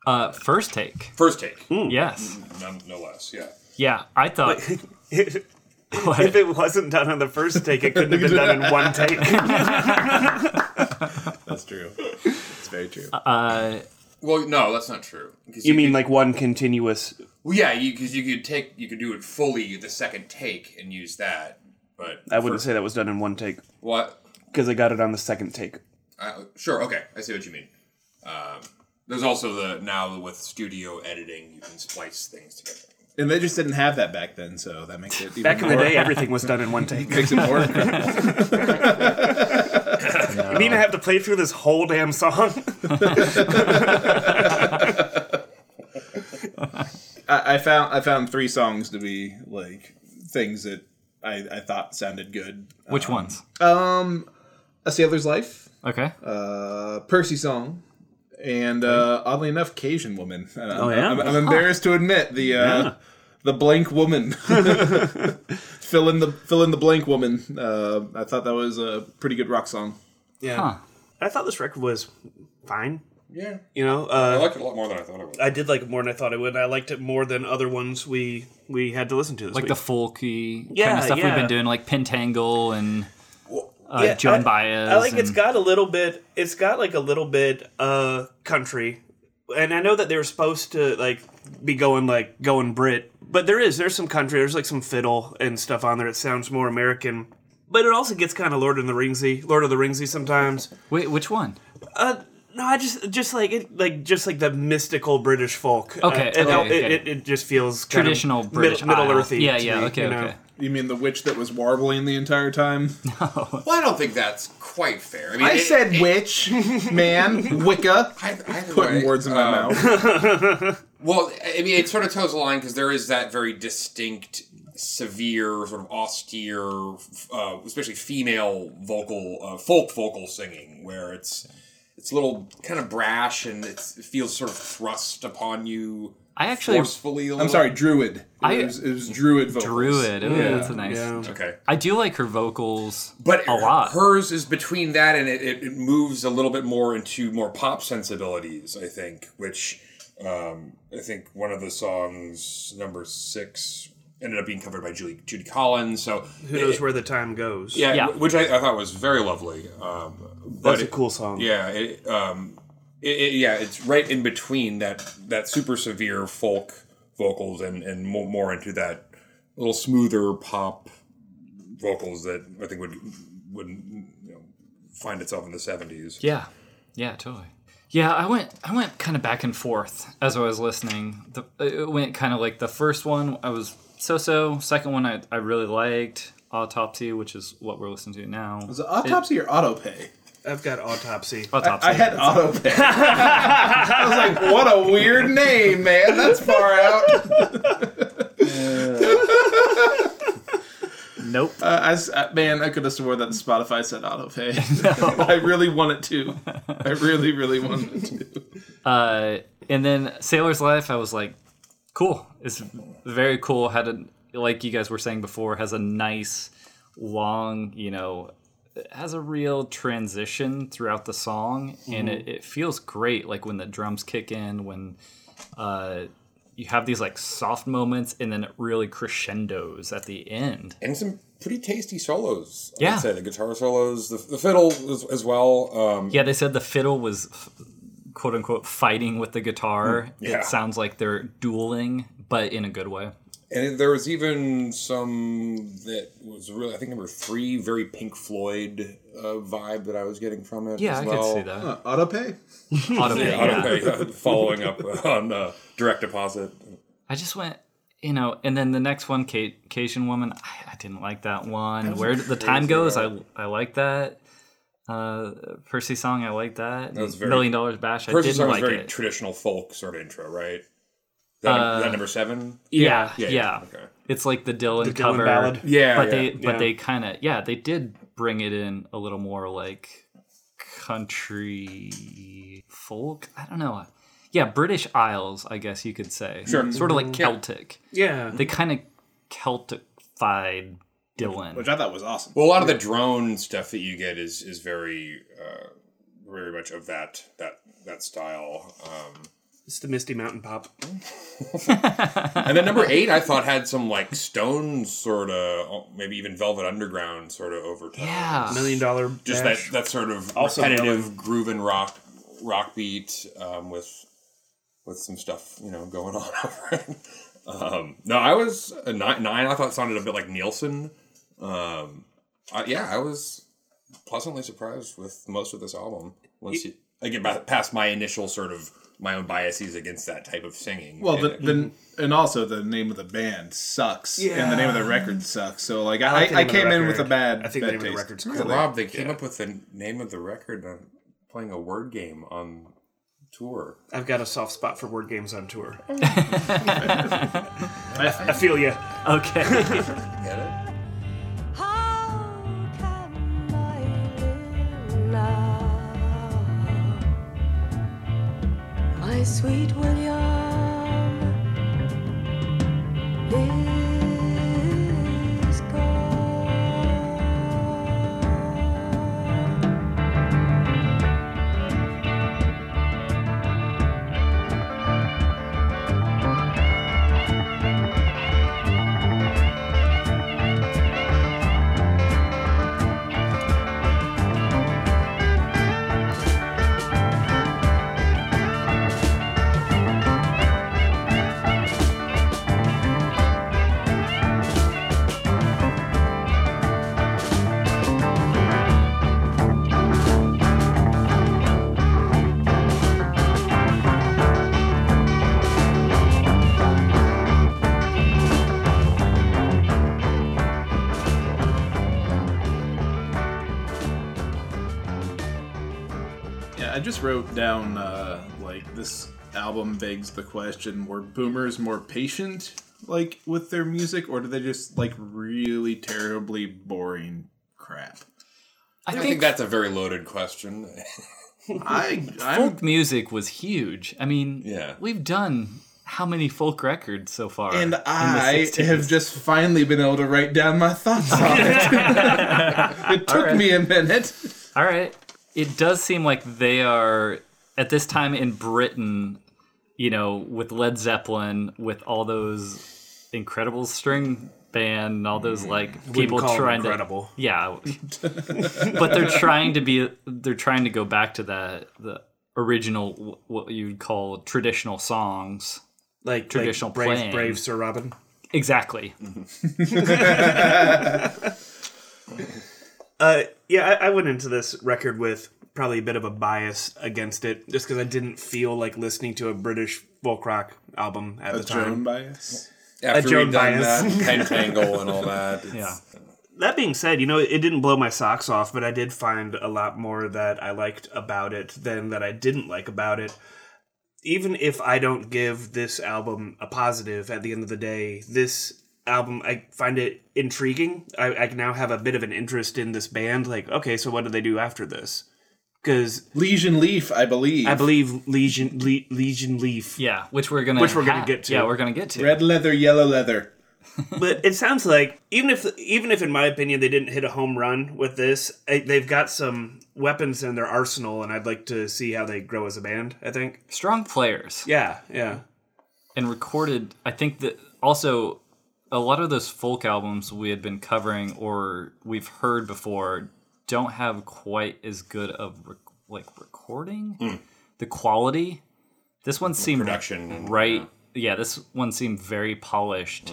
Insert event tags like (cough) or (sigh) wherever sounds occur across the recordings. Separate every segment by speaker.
Speaker 1: Uh, first take.
Speaker 2: First take,
Speaker 3: Hmm.
Speaker 4: Hmm.
Speaker 1: Yes.
Speaker 2: none, no less. Yeah.
Speaker 1: Yeah, I thought. What?
Speaker 4: (laughs) (laughs) if it wasn't done on the first take, it couldn't have been done in one take.
Speaker 3: That's true. It's very true.
Speaker 4: Uh,
Speaker 2: Well, no, that's not true.
Speaker 4: (laughs)
Speaker 2: 'Cause
Speaker 4: you mean like one continuous?
Speaker 2: Well, yeah, because you, could take, you could do it fully the second take and use that. But
Speaker 4: I wouldn't say that was done in one take
Speaker 2: what?
Speaker 4: because I got it on the second take.
Speaker 2: Uh, sure. Okay, I see what you mean. Um, there's also the now with studio editing, you can splice things together.
Speaker 3: and they just didn't have that back then, so that makes it even
Speaker 4: Back in the
Speaker 3: more-
Speaker 4: day, everything was done in one
Speaker 3: (laughs)
Speaker 4: take. (laughs)
Speaker 3: makes it more. (laughs) incredible.
Speaker 4: You mean I have to play through this whole damn song?
Speaker 3: I, I found I found three songs to be like things that I, I thought sounded good. Uh,
Speaker 1: Which ones?
Speaker 3: A Sailor's Life,
Speaker 1: Okay.
Speaker 3: uh, Percy song, and uh, oddly enough, Cajun Woman. Uh,
Speaker 4: yeah?
Speaker 3: I'm, I'm embarrassed to admit the uh, the blank woman. (laughs) fill in the fill in the blank woman. Uh, I thought that was a pretty good rock song.
Speaker 4: Yeah.
Speaker 1: Huh.
Speaker 4: (laughs) I thought this record was fine.
Speaker 2: Yeah.
Speaker 4: You know,
Speaker 2: I
Speaker 4: uh,
Speaker 2: liked it a lot more than I thought I would.
Speaker 4: I did like it more than I thought I would. and I liked it more than other ones we we had to listen to this
Speaker 1: Like
Speaker 4: week.
Speaker 1: the folky kind
Speaker 4: Yeah,
Speaker 1: of stuff we've
Speaker 4: yeah.
Speaker 1: been doing, like Pentangle and uh,
Speaker 4: Yeah,
Speaker 1: Joan
Speaker 4: I-
Speaker 1: Baez.
Speaker 4: I like
Speaker 1: and,
Speaker 4: it's got a little bit. It's got like a little bit uh country, and I know that they were supposed to like be going like going Brit, but there is there's some country. There's like some fiddle and stuff on there. It sounds more American, but it also gets kind of Lord of the Ringsy, Lord of the Ringsy sometimes.
Speaker 1: Wait, which one?
Speaker 4: Uh, no, I just just like it, like just like the mystical British folk. Uh,
Speaker 1: Okay,
Speaker 4: and
Speaker 1: okay,
Speaker 4: it,
Speaker 1: okay.
Speaker 4: It, it just feels kind of
Speaker 1: Traditional
Speaker 4: mid-
Speaker 1: British.
Speaker 4: middle,
Speaker 1: Isle.
Speaker 4: earthy.
Speaker 1: Yeah,
Speaker 4: to
Speaker 1: yeah,
Speaker 4: me,
Speaker 1: okay,
Speaker 4: you know?
Speaker 1: okay.
Speaker 3: You mean the witch that was warbling the entire time?
Speaker 2: Well, I don't think that's quite fair. I mean,
Speaker 3: I
Speaker 2: it-
Speaker 3: said witch, man, Wicca.
Speaker 2: either, either
Speaker 3: (laughs) Putting
Speaker 2: way,
Speaker 3: words in my
Speaker 2: um,
Speaker 3: mouth.
Speaker 2: Well, I mean, it sort of toes the line because there is that very distinct, severe, sort of austere, f- uh, especially female vocal, uh, folk vocal singing, where it's it's a little kind of brash and it's, it feels sort of thrust upon you.
Speaker 1: I actually
Speaker 2: forcefully. a
Speaker 3: I'm
Speaker 2: little.
Speaker 3: sorry, druid. It,
Speaker 1: I-
Speaker 3: was, it was druid vocals.
Speaker 1: Druid. Ooh, that's a nice.
Speaker 4: yeah.
Speaker 2: Okay.
Speaker 1: I do like her vocals,
Speaker 2: But
Speaker 1: a lot.
Speaker 2: hers is between that and it, it, it moves a little bit more into more pop sensibilities, I think, which um, I think one of the songs, number six, ended up being covered by Julie, Judy Collins. So
Speaker 4: Who knows where the time goes?
Speaker 2: Yeah,
Speaker 1: Yeah.
Speaker 2: which I, I thought was very lovely. Um, but
Speaker 4: that's a
Speaker 2: it-
Speaker 4: cool song.
Speaker 2: Yeah, it, um, it, it- yeah, it's right in between that that super severe folk vocals and and more, more into that little smoother pop vocals that I think would would you know, find itself in the seventies.
Speaker 1: Yeah, yeah, totally. Yeah, I went I went kind of back and forth as I was listening. The, it went kind of like the first one I was so so. Second one I, I really liked Autopsy, which is what we're listening to now.
Speaker 3: Was it autopsy or autopay?
Speaker 4: I've got autopsy.
Speaker 2: Uh,
Speaker 1: Autopsy.
Speaker 3: I had autopay. (laughs) I was like, what a weird name, man. That's far out.
Speaker 1: nope.
Speaker 3: Uh, I s- uh, man, I could have swore that Spotify said autopay. (laughs) I really want it to. I really, really want it to.
Speaker 1: Uh, and then Sailor's Life, I was like, cool. It's very cool. Had a like you guys were saying before, has a nice long, you know, it has a real transition throughout the song, and it, it feels great. Like when the drums kick in, when uh, you have these like soft moments, and then it really crescendos at the end.
Speaker 2: and some pretty tasty solos.
Speaker 1: Yeah.
Speaker 2: I'd say the guitar solos, the, the fiddle as, as well. Um,
Speaker 1: Yeah, they said the fiddle was quote unquote fighting with the guitar.
Speaker 2: yeah.
Speaker 1: It sounds like they're dueling, but in a good way.
Speaker 2: And there was even some that was really, I think number three, very Pink Floyd uh, vibe that I was getting from it.
Speaker 1: Yeah,
Speaker 2: as
Speaker 1: I
Speaker 2: well.
Speaker 1: could see that. (laughs)
Speaker 3: Autopay?
Speaker 1: Auto pay,
Speaker 2: I
Speaker 1: yeah.
Speaker 2: don't know, following up on uh, direct deposit.
Speaker 1: I just went, you know, and then the next one, Kate, Cajun Woman, I, I didn't like that one. Where the time goes, I I like that. Uh, Percy song, I like that.
Speaker 2: was very-
Speaker 1: Million Dollars Bash, I
Speaker 2: Percy's
Speaker 1: didn't
Speaker 2: song
Speaker 1: like
Speaker 2: was very
Speaker 1: it.
Speaker 2: traditional folk sort of intro, right? Is that, is that number seven?
Speaker 1: yeah,
Speaker 2: Yeah,
Speaker 1: Uh, yeah,
Speaker 2: yeah, okay.
Speaker 1: It's like the Dylan
Speaker 4: The Dylan
Speaker 1: cover,
Speaker 4: ballad.
Speaker 2: Yeah,
Speaker 1: but
Speaker 2: yeah,
Speaker 1: they but
Speaker 4: yeah.
Speaker 1: they kind of yeah they did bring it in a little more like country folk. I don't know. Yeah, British Isles, I guess you could say.
Speaker 2: Sure.
Speaker 1: Sort of like Celtic.
Speaker 4: Yeah.
Speaker 1: they kind of Celtified Dylan.
Speaker 3: Which I thought was awesome.
Speaker 2: Well, a lot of the drone stuff that you get is is very, uh, very much of that that that style. Um,
Speaker 4: It's the Misty Mountain Pop.
Speaker 2: And then number eight, I thought had some like Stones sort of, maybe even Velvet Underground sort of overtone.
Speaker 1: yeah,
Speaker 4: Million Dollar
Speaker 2: just that,
Speaker 4: Bash.
Speaker 2: that sort of
Speaker 4: Also
Speaker 2: repetitive groove and rock rock beat um, with with some stuff you know going (laughs) on over it. Um, no, I was a nine, nine. I thought it sounded a bit like Nielsen. Um, I, yeah, I was pleasantly surprised with most of this album. Once you, I get ba- past my initial sort of my own biases against that type of singing.
Speaker 3: Well,
Speaker 2: And
Speaker 3: the,
Speaker 2: it-
Speaker 3: the and also the name of the band sucks, and
Speaker 4: Yeah.
Speaker 3: the name of the record sucks. So like,
Speaker 4: like
Speaker 3: I, I,
Speaker 4: the name of the
Speaker 3: came in with a
Speaker 4: record.
Speaker 3: bad.
Speaker 4: I think the
Speaker 3: bad
Speaker 4: name of the
Speaker 3: taste.
Speaker 4: record's
Speaker 2: Yeah,
Speaker 4: cool.
Speaker 2: uh, Rob, they came up with the name of the record uh, playing a word game on tour.
Speaker 4: I've got a soft spot for word games on
Speaker 2: (laughs)
Speaker 4: tour. I, I feel you.
Speaker 1: okay.
Speaker 2: Get it?
Speaker 5: How can I live now? My sweet William, he
Speaker 3: I just wrote down uh, like this album begs the question: Were boomers more patient, like with their music, or do they just like really terribly boring crap?
Speaker 1: I
Speaker 2: I
Speaker 1: think,
Speaker 2: think that's a very loaded question. (laughs)
Speaker 3: I I'm
Speaker 1: folk music was huge. I mean,
Speaker 2: Yeah.
Speaker 1: we've done how many folk records so far? in
Speaker 3: and
Speaker 1: the
Speaker 3: I
Speaker 1: 60s?
Speaker 3: have just finally been able to write down my thoughts on (laughs) it. (laughs) it took me a minute.
Speaker 1: All right. It does seem like they are at this time in Britain, you know, with Led Zeppelin, with all those incredible string band and all those like people
Speaker 4: call them
Speaker 1: trying
Speaker 4: incredible.
Speaker 1: to Yeah.
Speaker 4: (laughs)
Speaker 1: but they're trying to be they're trying to go back to the the original what you'd call traditional songs.
Speaker 4: like
Speaker 1: Traditional
Speaker 4: like brave,
Speaker 1: playing.
Speaker 4: brave Sir Robin.
Speaker 1: Exactly.
Speaker 4: Uh, yeah, I, I went into this record with probably a bit of a bias against it, just because I didn't feel like listening to a British folk rock album at the time.
Speaker 3: Joan bias.
Speaker 2: After
Speaker 4: Joan
Speaker 2: we've done
Speaker 4: Baez.
Speaker 2: that, Pentangle and all that. it's-
Speaker 1: Yeah.
Speaker 4: That being said, you know, it didn't blow my socks off, but I did find a lot more that I liked about it than that I didn't like about it. Even if I don't give this album a positive at the end of the day, this album, I find it intriguing. I, I now have a bit of an interest in this band. Like, okay, so what do they do after this? Because
Speaker 3: Legion Leaf, I believe.
Speaker 4: I believe Legion, Le- Legion Leaf.
Speaker 1: Yeah, which we're gonna
Speaker 4: Which we're gonna
Speaker 1: ha-
Speaker 4: get to.
Speaker 1: Yeah, we're gonna get to.
Speaker 3: Red leather, yellow leather.
Speaker 4: But it sounds like even if even if in my opinion they didn't hit a home run with this, I, they've got some weapons in their arsenal, and I'd like to see how they grow as a band. I think.
Speaker 1: Strong players.
Speaker 4: Yeah, yeah.
Speaker 1: and recorded i think that also a lot of those folk albums we had been covering or we've heard before don't have quite as good of rec- like recording the quality this one seemed
Speaker 2: production,
Speaker 1: right yeah. this one seemed very polished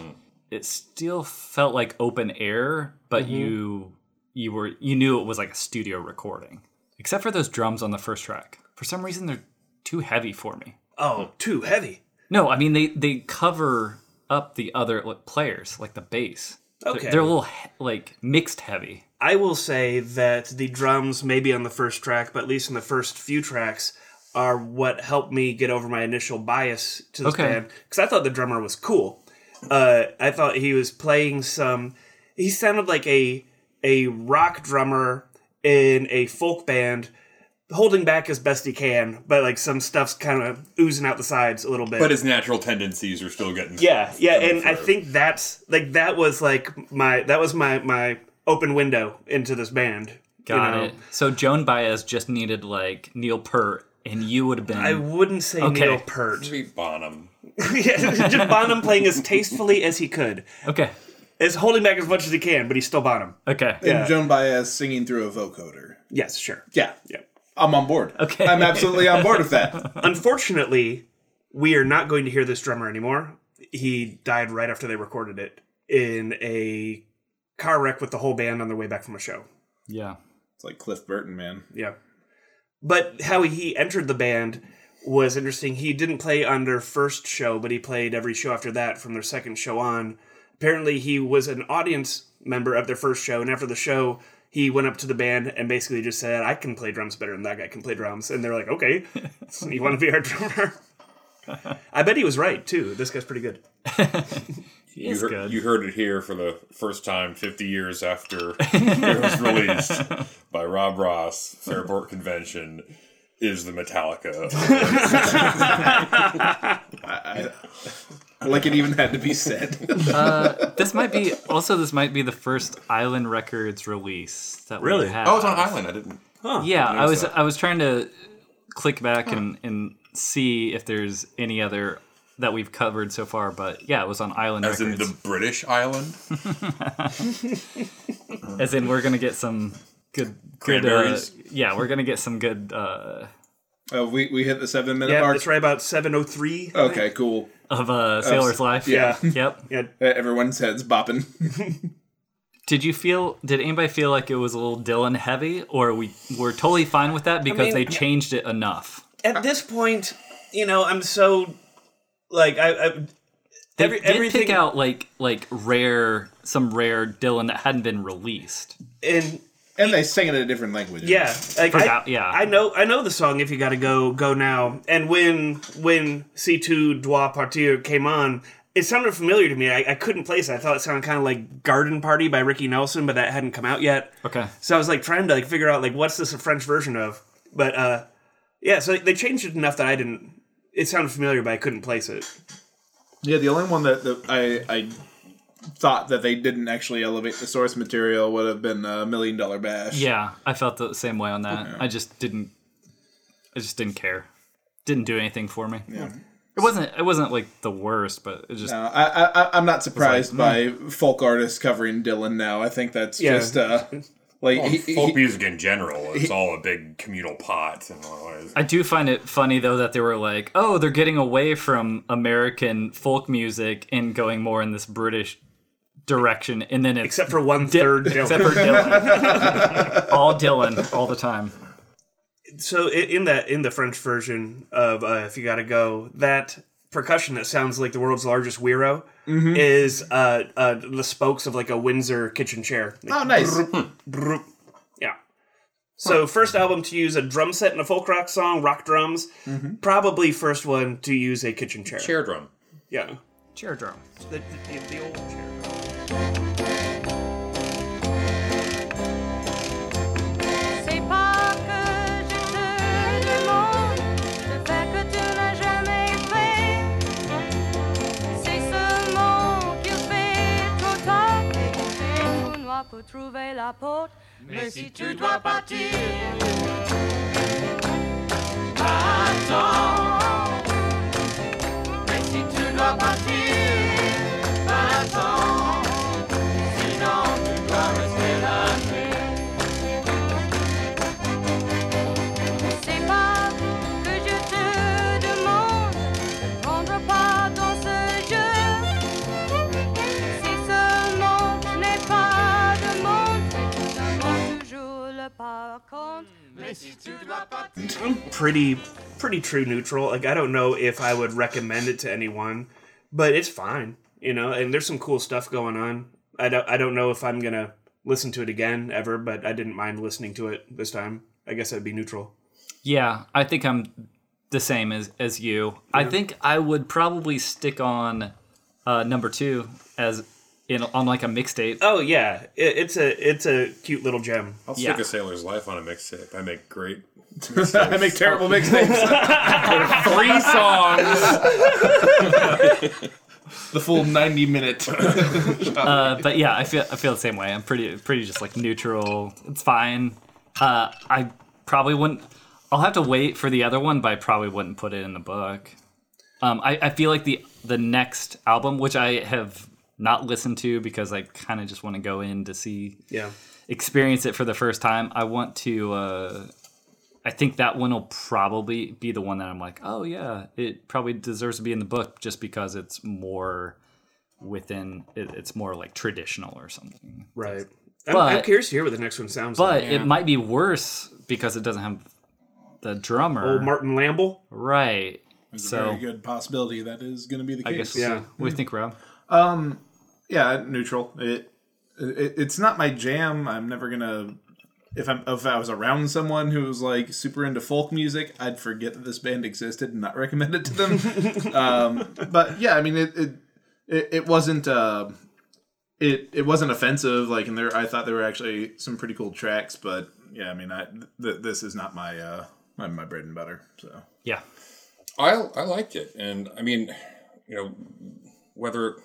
Speaker 1: it still felt like open air but you you were you knew it was like a studio recording except for those drums on the first track for some reason they're too heavy for me
Speaker 4: Oh, too heavy.
Speaker 1: no, I mean they they cover up the other like, players, like the bass. They're-
Speaker 4: Okay.
Speaker 1: They're, a little he- like mixed heavy.
Speaker 4: I will say that the drums, maybe on the first track, but at least in the first few tracks, are what helped me get over my initial bias to this
Speaker 1: Okay.
Speaker 4: band because I thought the drummer was cool. Uh, I thought he was playing some. He sounded like a a rock drummer in a folk band, holding back as best he can, but like some stuff's kind of oozing out the sides a little bit.
Speaker 2: But his natural tendencies are still getting.
Speaker 4: Yeah, yeah,
Speaker 2: coming
Speaker 4: and I
Speaker 2: through.
Speaker 4: think that's like that was like my that was my my open window into this band. you
Speaker 1: Got
Speaker 4: know?
Speaker 1: it. So Joan Baez just needed like Neil Peart, and you would have been
Speaker 4: I wouldn't say
Speaker 1: Okay.
Speaker 4: Neil Peart. (laughs)
Speaker 2: Maybe Bonham.
Speaker 4: yeah, just Bonham playing as tastefully as he could,
Speaker 1: okay.
Speaker 4: is holding back as much as he can, but he's still Bonham.
Speaker 1: Okay.
Speaker 4: Yeah.
Speaker 3: And Joan Baez singing through a vocoder.
Speaker 4: Yes, sure.
Speaker 3: Yeah.
Speaker 4: Yeah.
Speaker 3: I'm on board.
Speaker 1: Okay.
Speaker 3: I'm absolutely on board with that.
Speaker 4: Unfortunately, we are not going to hear this drummer anymore. He died right after they recorded it in a car wreck with the whole band on their way back from a show.
Speaker 1: Yeah.
Speaker 3: It's like Cliff Burton, man.
Speaker 4: Yeah. But how he entered the band was interesting. He didn't play on their first show, but he played every show after that from their second show on. Apparently, he was an audience member of their first show, and after the show, he went up to the band and basically just said, I can play drums better than that guy can play drums. And they're like, okay, so you want to be our drummer?
Speaker 1: (laughs)
Speaker 4: I bet he was right, too. This guy's pretty good.
Speaker 2: You heard,
Speaker 1: good.
Speaker 2: you heard it here for the first time 50 years after it was released by Rob Ross, Fairport Convention, is the Metallica.
Speaker 3: Like it even had to be (laughs) said.
Speaker 1: This might be also this might be the first Island Records release that
Speaker 4: Really?
Speaker 1: we have.
Speaker 2: oh, it's on Island. I didn't.
Speaker 1: Yeah, I was
Speaker 2: that.
Speaker 1: I was trying to click back and and see if there's any other that we've covered so far, but yeah, it was on Island
Speaker 2: As in
Speaker 1: Records.
Speaker 2: the British Island.
Speaker 1: As in, we're gonna get some good good. Uh,
Speaker 2: Cranberries.
Speaker 1: yeah, we're gonna get some good. Uh,
Speaker 3: Uh, we, we hit the seven minute
Speaker 4: Yeah,
Speaker 3: mark.
Speaker 4: that's right about 703.
Speaker 3: Okay, cool.
Speaker 1: of uh, Sailor's Life.
Speaker 4: Yeah.
Speaker 1: (laughs) Yep.
Speaker 4: yeah.
Speaker 3: Uh, Everyone's heads bopping.
Speaker 1: Did you feel? Did anybody feel like it was a little Dylan heavy, or we were totally fine with that because
Speaker 4: mean-
Speaker 1: they changed it enough?
Speaker 4: At this point, you know, I'm so. Like, I. I
Speaker 1: They
Speaker 4: Every-
Speaker 1: did pick
Speaker 4: everything-
Speaker 1: out like like rare some rare Dylan that hadn't been released.
Speaker 4: and
Speaker 3: (laughs) and they sing it in a different language.
Speaker 4: Yeah, like I,
Speaker 1: Forgot- yeah.
Speaker 4: I know, I know the song. If you gotta go, go now. And when when C two Dwa Partir came on, it sounded familiar to me. I, I couldn't place it. I thought it sounded kind of like Garden Party by Ricky Nelson, but that hadn't come out yet.
Speaker 1: Okay.
Speaker 4: So I was like trying to like figure out like what's this a French version of? But uh, yeah, so they changed it enough that I didn't. It sounded familiar, but I couldn't place it.
Speaker 3: Yeah, the only one that, that I, I thought that they didn't actually elevate the source material would have been uh, Million Dollar Bash.
Speaker 1: Yeah, I felt the same way on that. I just didn't. I just didn't care. Didn't do anything for me. Yeah. It wasn't. It wasn't like the worst, but it just.
Speaker 3: Uh, I, I, I- I'm not surprised by folk artists covering Dylan now. I think that's
Speaker 4: hmm. Yeah.
Speaker 3: just
Speaker 4: (laughs)
Speaker 3: uh, like he- he- (laughs)
Speaker 2: Folk music in general is all a big communal pot and all that.
Speaker 1: I do find it funny though that they were like, "Oh, they're getting away from American folk music and going more in this British direction," and then it's
Speaker 4: Except for one third.
Speaker 1: except for Dylan, all Dylan, all the time.
Speaker 4: so i- in that in the French version of uh, "If You Gotta Go," that percussion that sounds like the world's largest weirdo is uh, uh, the spokes of like a Windsor kitchen chair.
Speaker 3: oh, nice.
Speaker 4: Yeah. So first album to use a drum set in a folk rock song, rock drums. Probably first one to use a kitchen chair.
Speaker 2: Chair drum.
Speaker 4: Yeah.
Speaker 1: Chair drum.
Speaker 4: The, the, the old chair.
Speaker 5: C'est pas que j'ai peur du monde, le fait que tu l'as jamais fait. C'est seulement qu'il fait trop tard et qu'on fait tout noir pour trouver la porte. Mais si tu dois partir, attends. Mais si tu dois partir, attends. Sinon tu dois rester là. C'est pas que je te demande de prendre part dans ce jeu. Si seulement je n'ai pas de monde, je demande toujours le par contre. Mais si tu dois partir.
Speaker 4: I'm pretty pretty true neutral. Like I don't know if I would recommend it to anyone, but it's fine, you know. And there's some cool stuff going on. I don't I don't know if I'm gonna listen to it again ever, but I didn't mind listening to it this time. I guess I'd be neutral.
Speaker 1: Yeah, I think I'm the same as as you. I think I would probably stick on uh, number two as in on like a mixtape.
Speaker 4: Oh yeah, it, it's a it's a cute little gem.
Speaker 2: I'll
Speaker 1: Yeah.
Speaker 2: stick a sailor's life on a mixtape. I make great
Speaker 3: I make terrible mixtapes.
Speaker 2: three songs.
Speaker 3: the full 90 minute.
Speaker 1: Uh, but yeah, I feel I feel the same way. I'm pretty pretty just like neutral. It's fine. Uh, I probably wouldn't. I'll have to wait for the other one, but I probably wouldn't put it in the book. Um, I, I feel like the the next album, which I have not listened to because I kind of just want to go in to see
Speaker 4: Yeah.
Speaker 1: experience it for the first time, I want to. Uh, I think that one will probably be the one that I'm like, oh yeah, it probably deserves to be in the book just because it's more within. It, it's more like traditional or something.
Speaker 4: Right. I'm, I'm
Speaker 1: But-
Speaker 4: curious to hear what the next one sounds like.
Speaker 1: But it might be worse because it doesn't have the drummer,
Speaker 4: Old Martin Lamble.
Speaker 1: right?
Speaker 3: Very
Speaker 1: So
Speaker 3: good possibility that is going to be the
Speaker 1: I
Speaker 3: case.
Speaker 1: guess
Speaker 4: Yeah.
Speaker 1: yeah. What do you think, Rob?
Speaker 3: yeah neutral it, it it's not my jam i'm never gonna if i'm if i was around someone who was like super into folk music i'd forget that this band existed and not (laughs) recommend it to them um but yeah i mean it it it, it wasn't uh it, it wasn't offensive like and there i thought there were actually some pretty cool tracks but yeah i mean i th- this is not my uh my, my bread and butter so
Speaker 1: Yeah,
Speaker 2: I I liked it, and I mean, you know, whether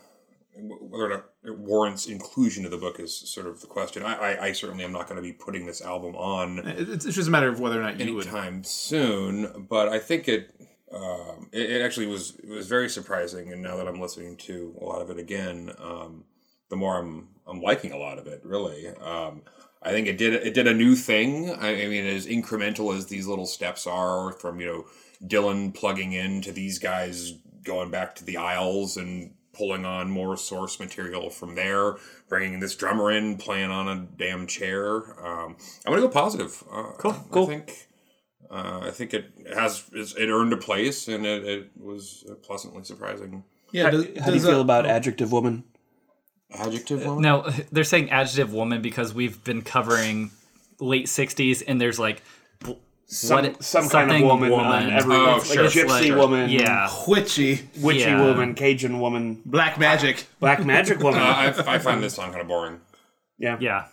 Speaker 2: whether or not it warrants inclusion to the book is sort of the question. I I, I certainly am not going to be putting this album on
Speaker 3: it, it's it's just a matter of whether or not you would
Speaker 2: anytime soon, but I think it, um, it it actually was it was very surprising. And now that I'm listening to a lot of it again, um, the more I'm I'm liking a lot of it. Really, um, I think it did it did a new thing. I, I mean, as incremental as these little steps are, from you know Dylan plugging in to these guys going back to the Isles and pulling on more source material from there, bringing this drummer in, playing on a damn chair. Um, I'm gonna go positive. Uh, cool,
Speaker 1: cool.
Speaker 2: I think uh, I think it has it's, it earned a place, and it, it was pleasantly surprising.
Speaker 3: yeah does, does, uh,
Speaker 4: about Adjective Woman?
Speaker 2: Adjective.
Speaker 1: (laughs) No, they're saying adjective woman because we've been covering late '60s, and there's like bl-
Speaker 4: Some,
Speaker 1: what-
Speaker 4: some kind of
Speaker 1: something
Speaker 4: woman, on every
Speaker 2: Oh,
Speaker 4: like
Speaker 2: sure,
Speaker 4: a gypsy
Speaker 1: like-
Speaker 4: woman,
Speaker 1: Yeah,
Speaker 3: Witchy.
Speaker 4: witchy
Speaker 1: Yeah.
Speaker 4: woman, Cajun woman,
Speaker 3: Black magic.
Speaker 4: black magic woman.
Speaker 2: Uh, I, I find this song kind of boring.
Speaker 4: yeah.
Speaker 1: yeah.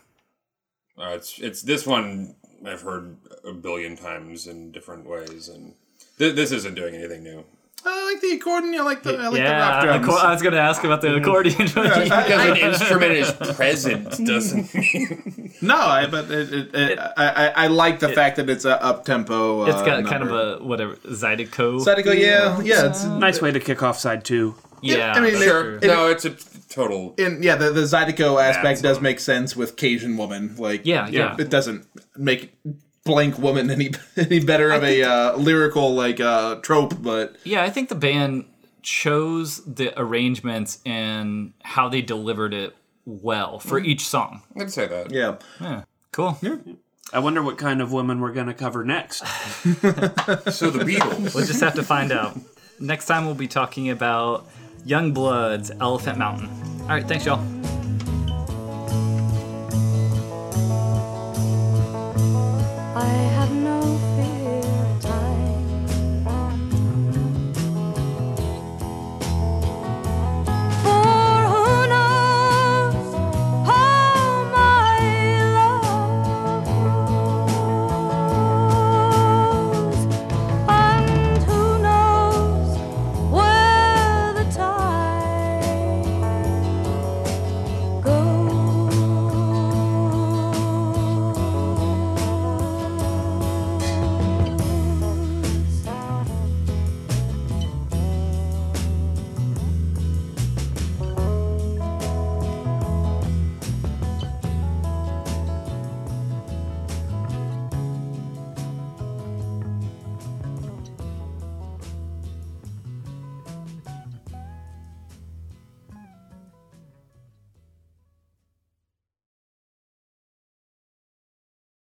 Speaker 2: Uh, it's it's this one I've heard a billion times in different ways, and th- this isn't doing anything new.
Speaker 3: I like the accordion. I like the I like
Speaker 1: yeah,
Speaker 3: the rock
Speaker 1: acco-
Speaker 3: drums.
Speaker 1: I was gonna ask about the accordion. (laughs)
Speaker 2: Because an instrument is present (laughs) doesn't mean
Speaker 3: no, I, but it, it, it, I, I I like the fact that it's a up tempo. Uh,
Speaker 1: it's got kind of a whatever Zydeco.
Speaker 3: Zydeco, yeah, yeah. It's,
Speaker 4: Nice way to kick off side two.
Speaker 1: yeah,
Speaker 3: I mean,
Speaker 1: that's
Speaker 3: it-
Speaker 1: true.
Speaker 2: sure. No, it's a total.
Speaker 3: and yeah, the, the Zydeco
Speaker 1: That's
Speaker 3: aspect does make sense with Cajun woman. Like,
Speaker 1: Yeah, yeah.
Speaker 3: it doesn't make blank woman (laughs) any any better of a uh, lyrical like uh, trope, but
Speaker 1: Yeah, I think the band chose the arrangements and how they delivered it well
Speaker 3: Mm.
Speaker 1: for each song.
Speaker 2: I'd say that.
Speaker 3: yeah.
Speaker 1: Cool.
Speaker 4: I wonder what kind of women we're gonna cover next.
Speaker 2: So the Beatles.
Speaker 1: We'll just have to find out. Next time we'll be talking about Young Blood's Elephant Mountain. All right, thanks y'all.